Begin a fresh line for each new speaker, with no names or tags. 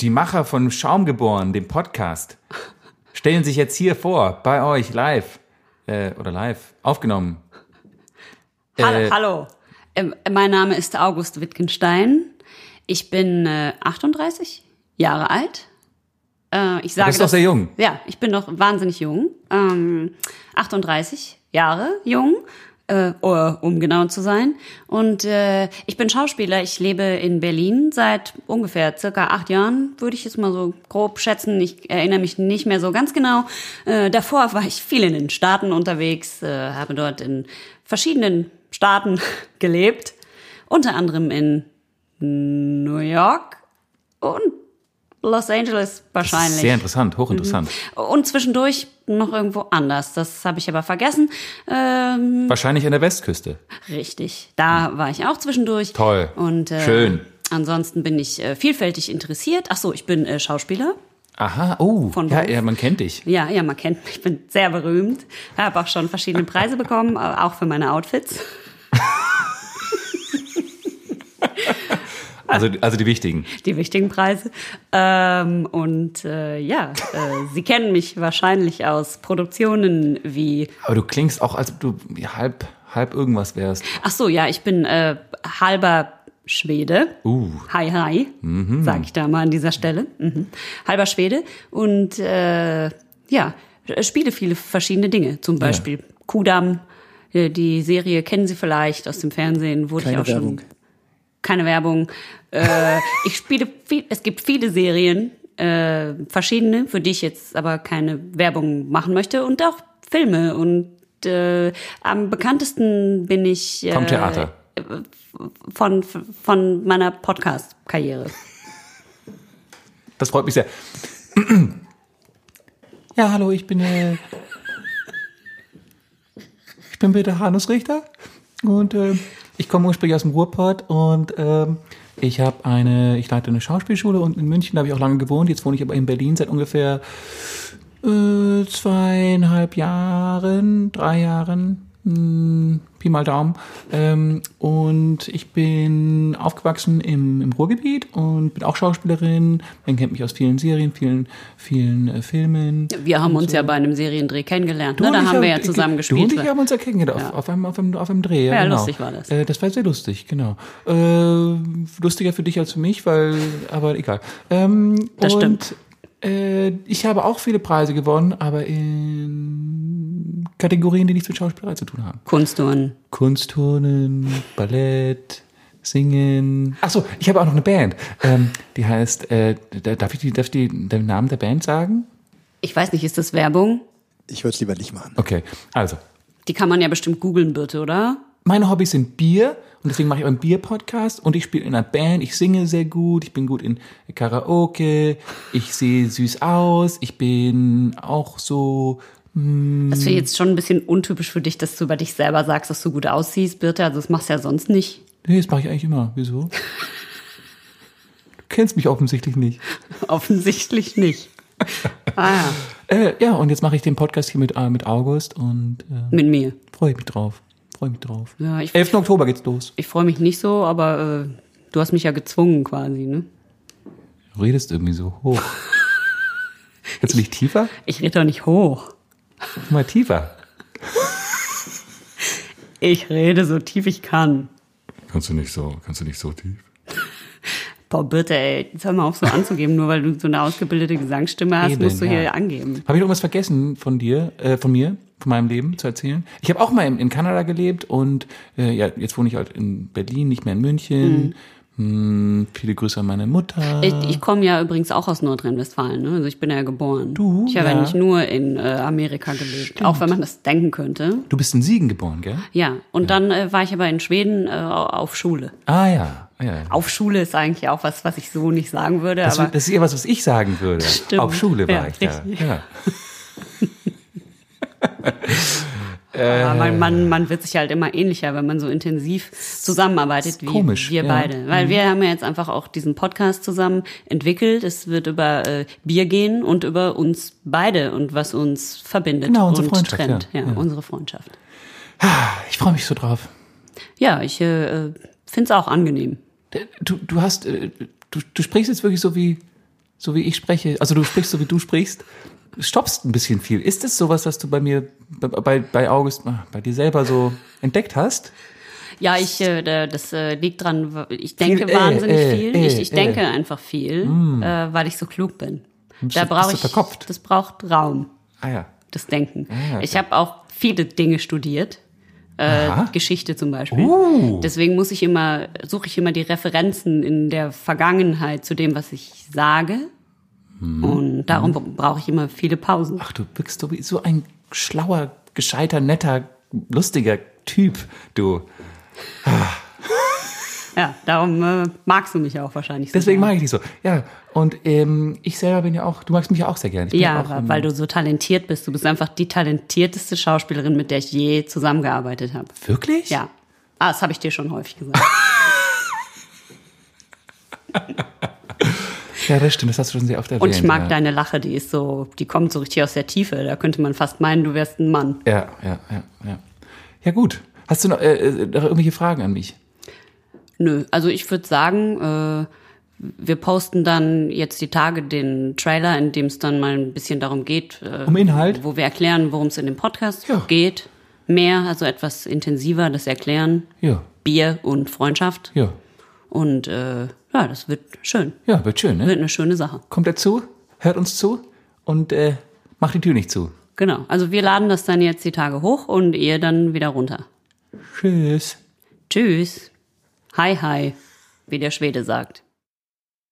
die Macher von Schaumgeboren, dem Podcast, stellen sich jetzt hier vor, bei euch live äh, oder live aufgenommen.
Hallo, hallo. Äh, Ähm, mein Name ist August Wittgenstein. Ich bin äh, 38 Jahre alt. Äh, ich sage
bist doch
das-
sehr jung.
Ja, ich bin noch wahnsinnig jung. Ähm, 38 Jahre jung, äh, oder um genau zu sein. Und äh, ich bin Schauspieler. Ich lebe in Berlin seit ungefähr circa acht Jahren, würde ich jetzt mal so grob schätzen. Ich erinnere mich nicht mehr so ganz genau. Äh, davor war ich viel in den Staaten unterwegs, äh, habe dort in verschiedenen Staaten gelebt, unter anderem in New York und Los Angeles wahrscheinlich.
Sehr interessant, hochinteressant.
Und zwischendurch noch irgendwo anders. Das habe ich aber vergessen. Ähm,
Wahrscheinlich an der Westküste.
richtig, da war ich auch zwischendurch.
Toll.
Und, äh,
Schön.
Ansonsten bin ich äh, vielfältig interessiert. Ach so, ich bin äh, Schauspieler.
Aha, oh,
Von
ja,
Beruf.
ja, man kennt dich.
Ja, ja, man kennt mich. Ich bin sehr berühmt. Habe auch schon verschiedene Preise bekommen, äh, auch für meine Outfits.
Also, also die wichtigen.
die wichtigen Preise. Ähm, und äh, ja, äh, Sie kennen mich wahrscheinlich aus Produktionen wie.
Aber du klingst auch, als ob du halb, halb irgendwas wärst.
Ach so, ja, ich bin äh, halber Schwede.
Uh. Mhm.
Hi, hi, sag ich da mal an dieser Stelle. Mhm. Halber Schwede und äh, ja, äh, spiele viele verschiedene Dinge. Zum Beispiel Kudam, äh, die Serie kennen Sie vielleicht aus dem Fernsehen, wurde ich
Keine
auch
Werbung.
schon. Keine Werbung. Äh, ich spiele viel, es gibt viele Serien, äh, verschiedene, für die ich jetzt aber keine Werbung machen möchte und auch Filme und äh, am bekanntesten bin ich äh,
Vom Theater.
von, von meiner Podcast-Karriere.
Das freut mich sehr. Ja, hallo, ich bin äh, ich bin Peter Hanus Richter und ähm, ich komme ursprünglich aus dem Ruhrpott und ähm, ich habe eine, ich leite eine Schauspielschule und in München habe ich auch lange gewohnt. Jetzt wohne ich aber in Berlin seit ungefähr äh, zweieinhalb Jahren, drei Jahren, mh, Pi mal Daumen. Ähm, und ich bin aufgewachsen im, im Ruhrgebiet und bin auch Schauspielerin. Man kennt mich aus vielen Serien, vielen, vielen äh, Filmen.
Wir haben uns ja bei einem Seriendreh kennengelernt. Ne?
Du
Da
und ich
haben wir ja zusammen
du Und
gespielt.
ich haben uns ja kennengelernt auf, auf, einem, auf, einem, auf einem Dreh. Ja,
Ja,
genau.
lustig war das.
Äh, das war sehr lustig, genau. Äh, lustiger für dich als für mich, weil, aber egal. Ähm,
Das
und,
stimmt.
Äh, ich habe auch viele Preise gewonnen, aber in Kategorien, die nichts mit Schauspielerei zu tun haben.
Kunstturnen.
Kunstturnen, Ballett, Singen. Achso, ich habe auch noch eine Band. Ähm, die heißt, äh, da- darf ich, die, darf ich die, den Namen der Band sagen?
Ich weiß nicht, ist das Werbung?
Ich würde es lieber nicht machen.
Okay, also.
Die kann man ja bestimmt googeln, bitte, oder?
meine Hobbys sind Bier und deswegen mache ich auch einen Bier-Podcast und ich spiele in einer Band, ich singe sehr gut, ich bin gut in Karaoke, ich sehe süß aus, ich bin auch so, Hm.
Das finde ich jetzt schon ein bisschen untypisch für dich, dass du über dich selber sagst, dass du gut aussiehst, Birte. Also das machst du ja sonst nicht.
nee, das mache ich eigentlich immer, wieso? Du kennst mich offensichtlich nicht.
Offensichtlich nicht. Ah ja,
Äh, ja, und jetzt mache ich den Podcast hier mit, äh, mit August und äh,
mit mir.
freue mich drauf, freue mich drauf.
Ja, ich-
11. Oktober geht's los.
Ich freue mich nicht so, aber äh, du hast mich ja gezwungen quasi, ne?
Du redest irgendwie so hoch. Jetzt nicht tiefer?
Ich rede doch nicht hoch.
Mal tiefer.
Ich rede so tief ich kann.
Kannst du nicht so, kannst du nicht so tief?
Boah, Birte, ey, jetzt hör mal auf so anzugeben, nur weil du so eine ausgebildete Gesangsstimme hast,
Eben,
musst du
ja.
hier angeben.
Habe ich irgendwas vergessen von dir, äh, von mir, von meinem Leben zu erzählen? Ich habe auch mal in, in Kanada gelebt und äh, ja, jetzt wohne ich halt in Berlin, nicht mehr in München.
Mhm.
Hm, viele Grüße an meine Mutter.
Ich, ich komme ja übrigens auch aus Nordrhein-Westfalen, ne? also ich bin ja geboren.
Du?
Ich habe ja.
Ja.
nicht nur in äh, Amerika gelebt, auch wenn man das denken könnte.
du bist in Siegen geboren, gell?
Ja, und dann äh, war ich aber in Schweden äh, auf Schule.
Ah ja. Ah, ja.
Auf Schule ist eigentlich auch was, was ich so nicht sagen würde,
Das,
aber
wird- das ist eher was, was ich sagen würde.
Stimmt.
Auf Schule war
Ja,
ich da.
richtig.
Ja.
aber man,
Äh.
man, man wird sich halt immer ähnlicher, wenn man so intensiv zusammenarbeitet wie
komisch,
wir
ja. Mhm.
beide. Weil wir haben ja jetzt einfach auch diesen Podcast zusammen entwickelt. Es wird über äh, Bier gehen und über uns beide und was uns verbindet
Genau, unsere
und
Freundschaft,
trennt.
ja.
Ja,
Ja.
unsere Freundschaft.
Ich freue mich so drauf.
Ja, ich äh, finde es auch angenehm.
Du, du hast, äh, du, du sprichst jetzt wirklich so wie, so wie ich spreche, also du sprichst so wie du sprichst, stoppst ein bisschen viel. Ist es sowas, was du bei mir, bei, bei August, ah, bei dir selber so entdeckt hast?
Ja, ich, äh, das äh, liegt dran, ich denke wahnsinnig
äh,
viel.
äh,
ich ich
äh. Mm.
denke einfach viel, äh, weil ich so klug bin. Da
bist du-
brauche
bist
ich,
du verkopft?
das braucht Raum,
Ah ja.
das Denken.
Ah, okay.
Ich habe auch viele Dinge studiert. Äh,
Aha.
Geschichte zum Beispiel.
Uh.
Deswegen muss ich immer, suche ich immer die Referenzen in der Vergangenheit zu dem, was ich sage. Und darum brauche ich immer viele Pausen.
Mhm. Ach, du wirkst so wie so ein schlauer, gescheiter, netter, lustiger Typ, du.
Ja, darum äh, magst du mich auch wahrscheinlich so.
Deswegen mag ich dich so. Ja, und ähm, ich selber bin ja auch, du magst mich ja auch sehr gerne. Ich bin
Ja,
auch,
wa-
ähm,
weil du so talentiert bist. Du bist einfach die talentierteste Schauspielerin, mit der ich je zusammengearbeitet habe.
Wirklich?
Ja. Ah, das habe ich dir schon häufig gesagt.
Ja, das stimmt, das hast du schon sehr oft erwähnt.
Und ich mag
ja.
deine Lache, die ist so, die kommt so richtig aus der Tiefe. Da könnte man fast meinen, du wärst ein Mann.
Ja, ja, ja, ja. Ja, gut. Hast du noch, äh, äh, noch irgendwelche Fragen an mich?
Nö, also ich würde sagen, äh, wir posten dann jetzt die Tage den Trailer, in dem es dann mal ein bisschen darum geht. Äh,
Um Inhalt?
Wo wir erklären, worum es in dem Podcast
Ja.
geht. Mehr, also etwas intensiver das Erklären.
Ja,
Bier und Freundschaft.
ja.
Und äh, ja, das wird schön.
Ja, wird schön, ne?
Wird eine schöne Sache.
Kommt dazu, hört uns zu und äh, macht die Tür nicht zu.
Genau. Also wir laden das dann jetzt die Tage hoch und ihr dann wieder runter.
Tschüss.
Tschüss. Hi, hi, wie der Schwede sagt.